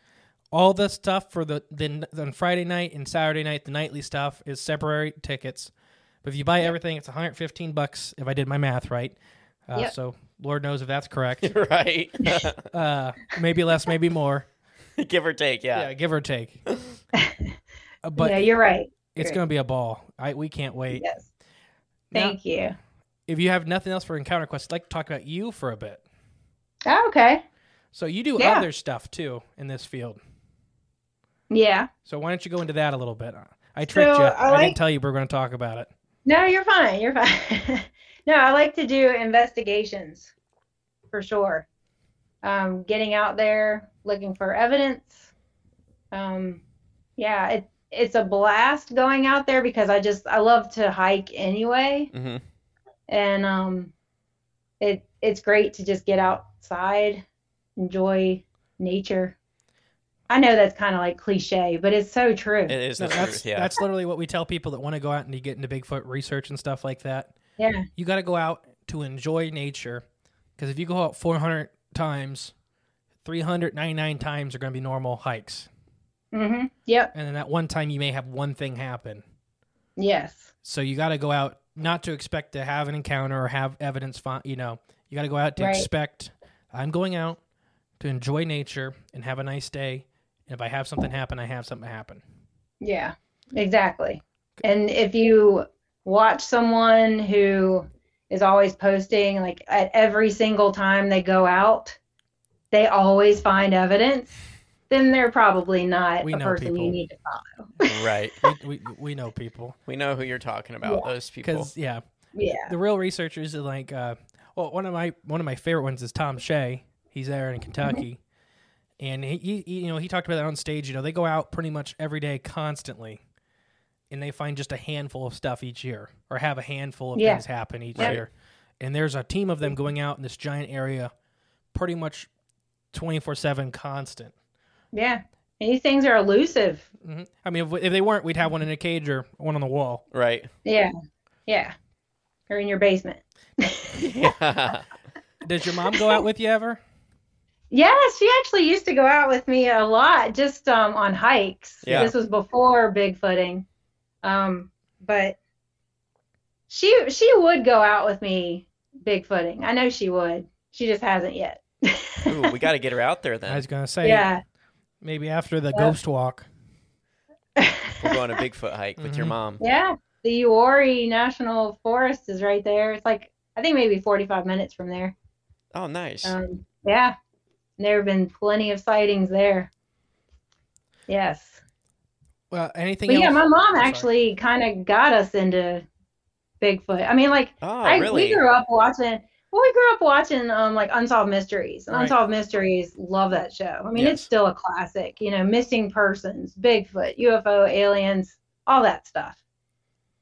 Speaker 3: All the stuff for the then on Friday night and Saturday night, the nightly stuff is separate tickets. But if you buy everything, it's 115 bucks if I did my math right. Uh,
Speaker 5: Yep.
Speaker 3: So Lord knows if that's correct.
Speaker 4: right.
Speaker 3: uh, maybe less, maybe more.
Speaker 4: Give or take.
Speaker 3: Yeah,
Speaker 4: Yeah.
Speaker 3: give or take. Uh, but
Speaker 5: yeah, you're right.
Speaker 3: it's
Speaker 5: Great.
Speaker 3: going to be a ball. I we can't wait.
Speaker 5: Yes.
Speaker 3: Now,
Speaker 5: Thank you.
Speaker 3: if you have nothing else for Encounter Quest, I'd like to talk about you for a bit.
Speaker 5: Oh, okay.
Speaker 3: So you do
Speaker 5: Yeah.
Speaker 3: other stuff too in this field.
Speaker 5: Yeah.
Speaker 3: So why don't you go into that a little bit? I tricked
Speaker 5: So,
Speaker 3: you.
Speaker 5: I
Speaker 3: I,
Speaker 5: like-
Speaker 3: didn't tell you we were going to talk about it.
Speaker 5: No, you're fine. You're fine. no, I like to do investigations for sure. Um, getting out there, looking for evidence. Um, yeah, it, it's a blast going out there because I just, I love to hike anyway.
Speaker 4: Mhm.
Speaker 5: and um, it it's great to just get outside, enjoy nature. I know that's kind of like cliche, but it's so true.
Speaker 4: It is
Speaker 3: No,
Speaker 4: the
Speaker 3: that's
Speaker 4: truth. Yeah.
Speaker 3: that's literally what we tell people that want to go out and you get into Bigfoot research and stuff like that.
Speaker 5: Yeah.
Speaker 3: You got to go out to enjoy nature because if you go out 400 times, 399 times are going to be normal hikes.
Speaker 5: hmm Yep.
Speaker 3: And then that one time you may have one thing happen.
Speaker 5: Yes.
Speaker 3: So you got to go out not to expect to have an encounter or have evidence. Fi- you know, you got to go out to
Speaker 5: Right.
Speaker 3: expect. I'm going out to enjoy nature and have a nice day. And if I have something happen, I have something happen.
Speaker 5: Yeah. Exactly. And if you watch someone who is always posting, like at every single time they go out, they always find evidence, then they're probably not
Speaker 3: We
Speaker 5: a
Speaker 3: know
Speaker 5: person
Speaker 3: people.
Speaker 5: you need to follow.
Speaker 4: right.
Speaker 3: We we know people
Speaker 4: We know who you're talking about. Those people.
Speaker 3: because yeah,
Speaker 5: Yeah.
Speaker 3: the real researchers are like uh, well one of my one of my favorite ones is Tom Shea. He's there in Kentucky, and he, he he- you know he talked about that on stage. You know they go out pretty much every day constantly, and they find just a handful of stuff each year, or have a handful of
Speaker 5: Yeah.
Speaker 3: things happen each
Speaker 4: Right.
Speaker 3: year. And there's a team of them going out in this giant area, pretty much twenty four seven constant.
Speaker 5: Yeah. And these things are elusive.
Speaker 3: hmm I mean, if, we- if they weren't, we'd have one in a cage or one on the wall.
Speaker 4: Right.
Speaker 5: Yeah. Yeah. Or in your basement.
Speaker 4: Yeah.
Speaker 3: Does your mom go out with you ever?
Speaker 5: Yes, she actually used to go out with me a lot, just um, on hikes.
Speaker 4: Yeah.
Speaker 5: This was before Bigfooting. Um, but she she would go out with me Bigfooting. I know she would. She just hasn't yet.
Speaker 4: Ooh, we got to get her out there
Speaker 3: I
Speaker 4: then.
Speaker 3: was gonna say
Speaker 5: Yeah.
Speaker 3: maybe after the
Speaker 5: Yeah.
Speaker 3: ghost walk.
Speaker 4: We'll go on a Bigfoot hike with your
Speaker 3: Mhm.
Speaker 4: mom.
Speaker 5: Yeah. The Uori National Forest is right there. It's like I think maybe 45 minutes from there.
Speaker 4: Oh, nice.
Speaker 5: Um, Yeah. There have been plenty of sightings there. Yes.
Speaker 3: Well, anything
Speaker 5: But yeah,
Speaker 3: else?
Speaker 5: my mom
Speaker 3: I'm sorry.
Speaker 5: actually kind of got us into Bigfoot. I mean, like,
Speaker 4: Oh,
Speaker 5: I,
Speaker 4: really?
Speaker 5: we grew up watching. Well, we grew up watching um like Unsolved Mysteries. And
Speaker 3: Right.
Speaker 5: Unsolved Mysteries, love that show. I mean,
Speaker 4: Yes.
Speaker 5: it's still a classic. You know, missing persons, Bigfoot, UFO, aliens, all that stuff.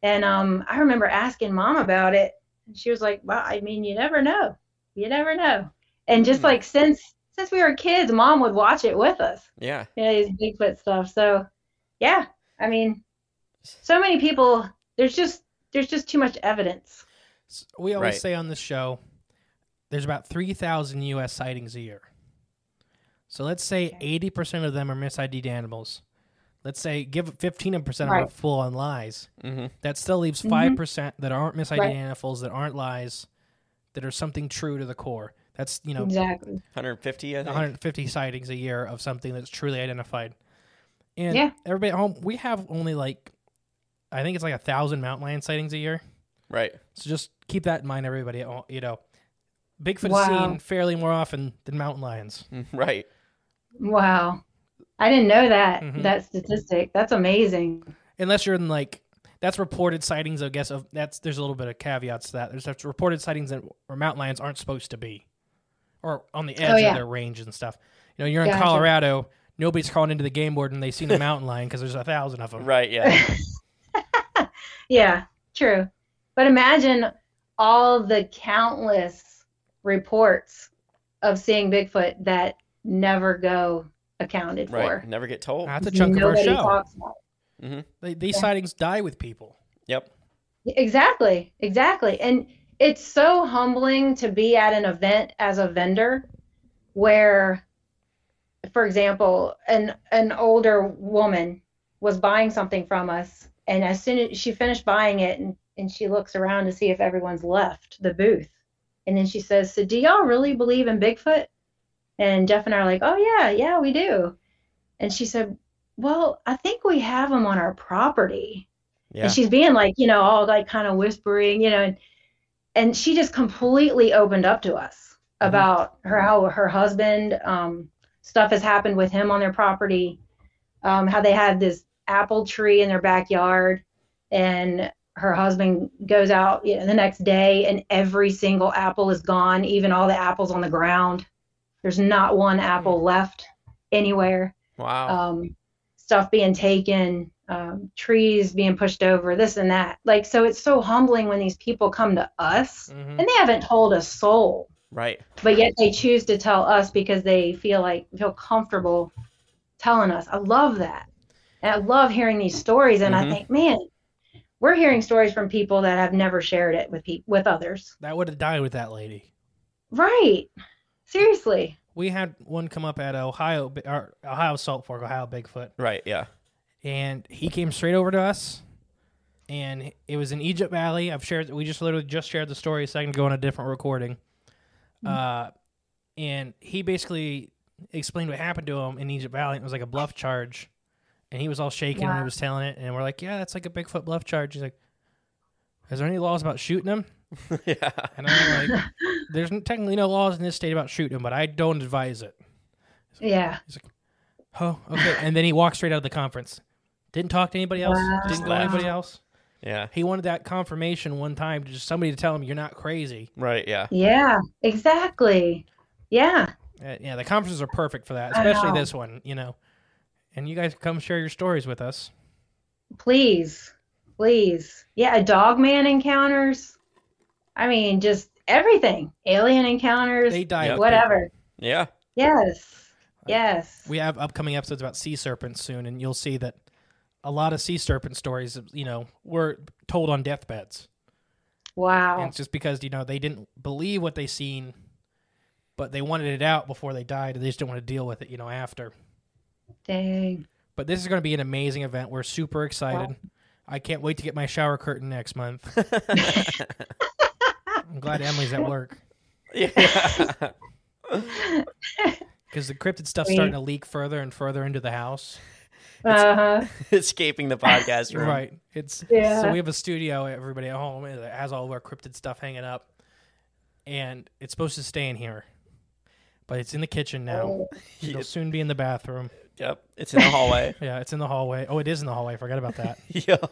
Speaker 5: And um, I remember asking mom about it, and she was like, "Well, I mean, you never know. You never know." And just
Speaker 4: Hmm.
Speaker 5: like since since we were kids, mom would watch it with us.
Speaker 4: yeah.
Speaker 5: Yeah, these Bigfoot stuff. So, yeah, I mean, so many people. There's just there's just too much evidence.
Speaker 3: S- we always
Speaker 4: Right.
Speaker 3: say on this show there's about 3,000 U.S. sightings a year. So let's say 80% of them are misidentified animals. Let's say give 15% of them are
Speaker 5: Right.
Speaker 3: full on lies.
Speaker 4: Mm-hmm.
Speaker 3: That still leaves
Speaker 5: Mhm.
Speaker 3: 5% percent that aren't misidentified
Speaker 5: Right.
Speaker 3: animals, that aren't lies, that are something true to the core. That's, you know,
Speaker 5: Exactly.
Speaker 4: 150, I think.
Speaker 3: 150 sightings a year of something that's truly identified. And
Speaker 5: Yeah.
Speaker 3: everybody at home, we have only like, I think it's like a thousand mountain lion sightings a year.
Speaker 4: Right.
Speaker 3: So just keep that in mind, everybody. at home, You know, Bigfoot is
Speaker 5: Wow.
Speaker 3: seen fairly more often than mountain lions.
Speaker 4: Mm, Right.
Speaker 5: Wow, I didn't know that
Speaker 3: Mhm.
Speaker 5: that statistic. That's amazing.
Speaker 3: Unless you're in like that's reported sightings, I guess. Of that's there's a little bit of caveats to that. There's that's reported sightings that where mountain lions aren't supposed to be, or on the edge
Speaker 5: Oh, yeah.
Speaker 3: of their range and stuff. You know, you're in
Speaker 5: Gotcha.
Speaker 3: Colorado. Nobody's calling into the game board and they seen a mountain lion because there's a thousand of them.
Speaker 4: Right. Yeah.
Speaker 5: Yeah, true. But imagine all the countless reports of seeing Bigfoot that never go accounted
Speaker 4: Right.
Speaker 5: for.
Speaker 4: Never get told.
Speaker 3: That's a chunk of our
Speaker 5: Nobody
Speaker 3: show.
Speaker 5: talks about it.
Speaker 3: They, these sightings die with people.
Speaker 4: Yep.
Speaker 5: Exactly, exactly. And it's so humbling to be at an event as a vendor where, for example, an an older woman was buying something from us, and as soon as she finished buying it and, and she looks around to see if everyone's left the booth, and then she says, So do y'all really believe in Bigfoot? And Jeff and I are like, Oh yeah, yeah, we do. And she said, Well, I think we have them on our property
Speaker 4: Yeah.
Speaker 5: and she's being like you know all like kind of whispering you know and, and she just completely opened up to us
Speaker 4: Mhm.
Speaker 5: about her how her husband um, stuff has happened with him on their property um, how they had this apple tree in their backyard and her husband goes out you know, the next day and every single apple is gone even all the apples on the ground there's not one apple left anywhere
Speaker 4: wow.
Speaker 5: um, stuff being taken, um, trees being pushed over, this and that. Like, so it's so humbling when these people come to us
Speaker 3: Mhm.
Speaker 5: and they haven't told a soul,
Speaker 4: right.
Speaker 5: but yet they choose to tell us because they feel like feel comfortable telling us. I love that. And I love hearing these stories, and
Speaker 4: Mhm.
Speaker 5: I think, man, we're hearing stories from people that have never shared it with pe- with others.
Speaker 3: That would have died with that lady.
Speaker 5: Right. Seriously.
Speaker 3: we had one come up at Ohio or Ohio Salt Fork, Ohio Bigfoot,
Speaker 4: Right. Yeah.
Speaker 3: and he came straight over to us. And it was in Egypt Valley. I've shared. We just literally just shared the story a second ago on a different recording. Uh, and he basically explained what happened to him in Egypt Valley. It was like a bluff charge, and he was all shaking when he
Speaker 5: Wow.
Speaker 3: was telling it. And we're like, "Yeah, that's like a Bigfoot bluff charge." He's like, "Is there any laws about shooting him?"
Speaker 4: yeah.
Speaker 3: And I'm like, "There's technically no laws in this state about shooting him, but I don't advise it."
Speaker 5: Yeah.
Speaker 3: Oh, okay. And then he walked straight out of the conference. Didn't talk to anybody else.
Speaker 5: Wow.
Speaker 3: Didn't go to anybody else.
Speaker 4: Yeah.
Speaker 3: He wanted that confirmation one time to just somebody to tell him you're not crazy.
Speaker 4: Right. Yeah.
Speaker 5: Yeah. Exactly. Yeah.
Speaker 3: Uh, yeah, the conferences are perfect for that,
Speaker 5: I
Speaker 3: especially
Speaker 5: know.
Speaker 3: this one, you know. And you guys come share your stories with us.
Speaker 5: Please, please. Yeah, a dog man encounters. I mean, just everything. Alien encounters,
Speaker 3: They die. with
Speaker 5: whatever.
Speaker 4: Yeah.
Speaker 5: Yes. Yes.
Speaker 3: people. We have upcoming episodes about sea serpents soon, and you'll see that a lot of sea serpent stories, you know, were told on deathbeds. And
Speaker 5: Wow.
Speaker 3: it's just because, you know, they didn't believe what they seen, but they wanted it out before they died. and They just didn't want to deal with it, you know, after.
Speaker 5: Dang.
Speaker 3: But this is going to be an amazing event. We're super excited. I can't wait to get my shower curtain next month. I'm glad Emily's at work
Speaker 4: yeah.
Speaker 3: because the cryptid stuff's
Speaker 5: Sweet.
Speaker 3: starting to leak further and further into the house.
Speaker 5: Uh-huh.
Speaker 4: Escaping the podcast room.
Speaker 3: Right. It's
Speaker 5: Yeah.
Speaker 3: so we have a studio. Everybody at home that has all of our cryptid stuff hanging up, and it's supposed to stay in here. but it's in the kitchen now. It'll soon be in the bathroom.
Speaker 4: Yep. It's in the hallway.
Speaker 3: Yeah, it's in the hallway. Oh, it is in the hallway. I forgot about that.
Speaker 4: yep.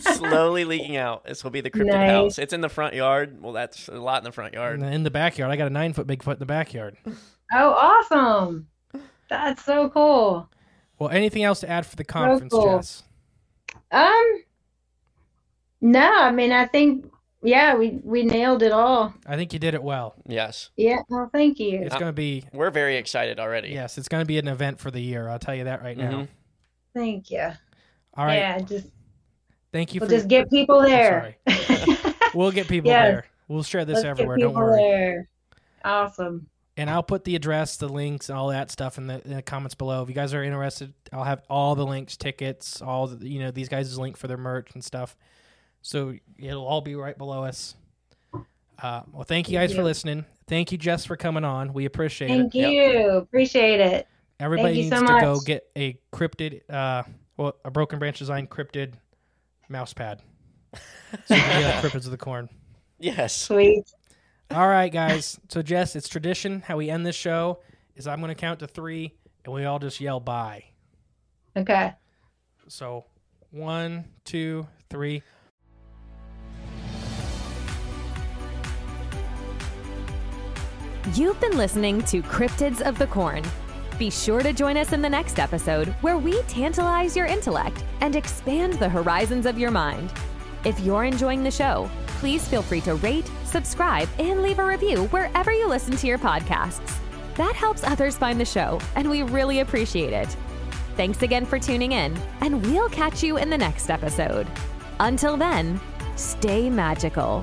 Speaker 4: Slowly leaking out. This will be the cryptid
Speaker 5: Nice.
Speaker 4: house. It's in the front yard. Well, that's a lot in the
Speaker 3: And
Speaker 4: front yard.
Speaker 3: then in the backyard, I got a nine foot Bigfoot in the backyard.
Speaker 5: Oh, awesome. That's so cool.
Speaker 3: Well, anything else to add for the conference,
Speaker 5: cool.
Speaker 3: Jess?
Speaker 5: Um, no, I mean, I think, yeah, we, we nailed it all.
Speaker 3: I think you did it well.
Speaker 4: Yes.
Speaker 5: Yeah. Well, thank you.
Speaker 3: It's gonna be
Speaker 4: We're very excited already.
Speaker 3: yes, it's gonna be an event for the year. I'll tell you that right now.
Speaker 4: Mhm.
Speaker 5: Thank you.
Speaker 3: All right,
Speaker 5: Yeah. Just,
Speaker 3: thank you
Speaker 5: we'll
Speaker 3: for
Speaker 5: just get people
Speaker 3: I'm
Speaker 5: there.
Speaker 3: sorry. We'll get people
Speaker 5: Yes.
Speaker 3: there. We'll share this
Speaker 5: Let's get
Speaker 3: everywhere. Don't
Speaker 5: people
Speaker 3: worry.
Speaker 5: there. Awesome.
Speaker 3: And I'll put the address, the links, and all that stuff in the, in the comments below. If you guys are interested, I'll have all the links, tickets, all the, you know these guys' link for their merch and stuff. So it'll all be right below us. Uh, well, thank you guys for
Speaker 5: Yeah.
Speaker 3: listening. Thank you, Jess, for coming on. We appreciate it.
Speaker 5: Thank you. Appreciate it.
Speaker 3: Everybody
Speaker 5: you
Speaker 3: needs
Speaker 5: so
Speaker 3: to go
Speaker 5: much.
Speaker 3: get a cryptid, uh, well, a broken branch design cryptid mouse pad. So you can get like cryptids of the corn.
Speaker 4: Yes.
Speaker 5: Sweet.
Speaker 3: All right, guys. So Jess, it's tradition. How we end this show is I'm going to count to three, and we all just yell bye.
Speaker 5: Okay.
Speaker 3: So one, two, three.
Speaker 2: You've been listening to Cryptids of the Corn. Be sure to join us in the next episode where we tantalize your intellect and expand the horizons of your mind. If you're enjoying the show, please feel free to rate, subscribe, and leave a review wherever you listen to your podcasts. That helps others find the show, and we really appreciate it. Thanks again for tuning in, and we'll catch you in the next episode. Until then, stay magical.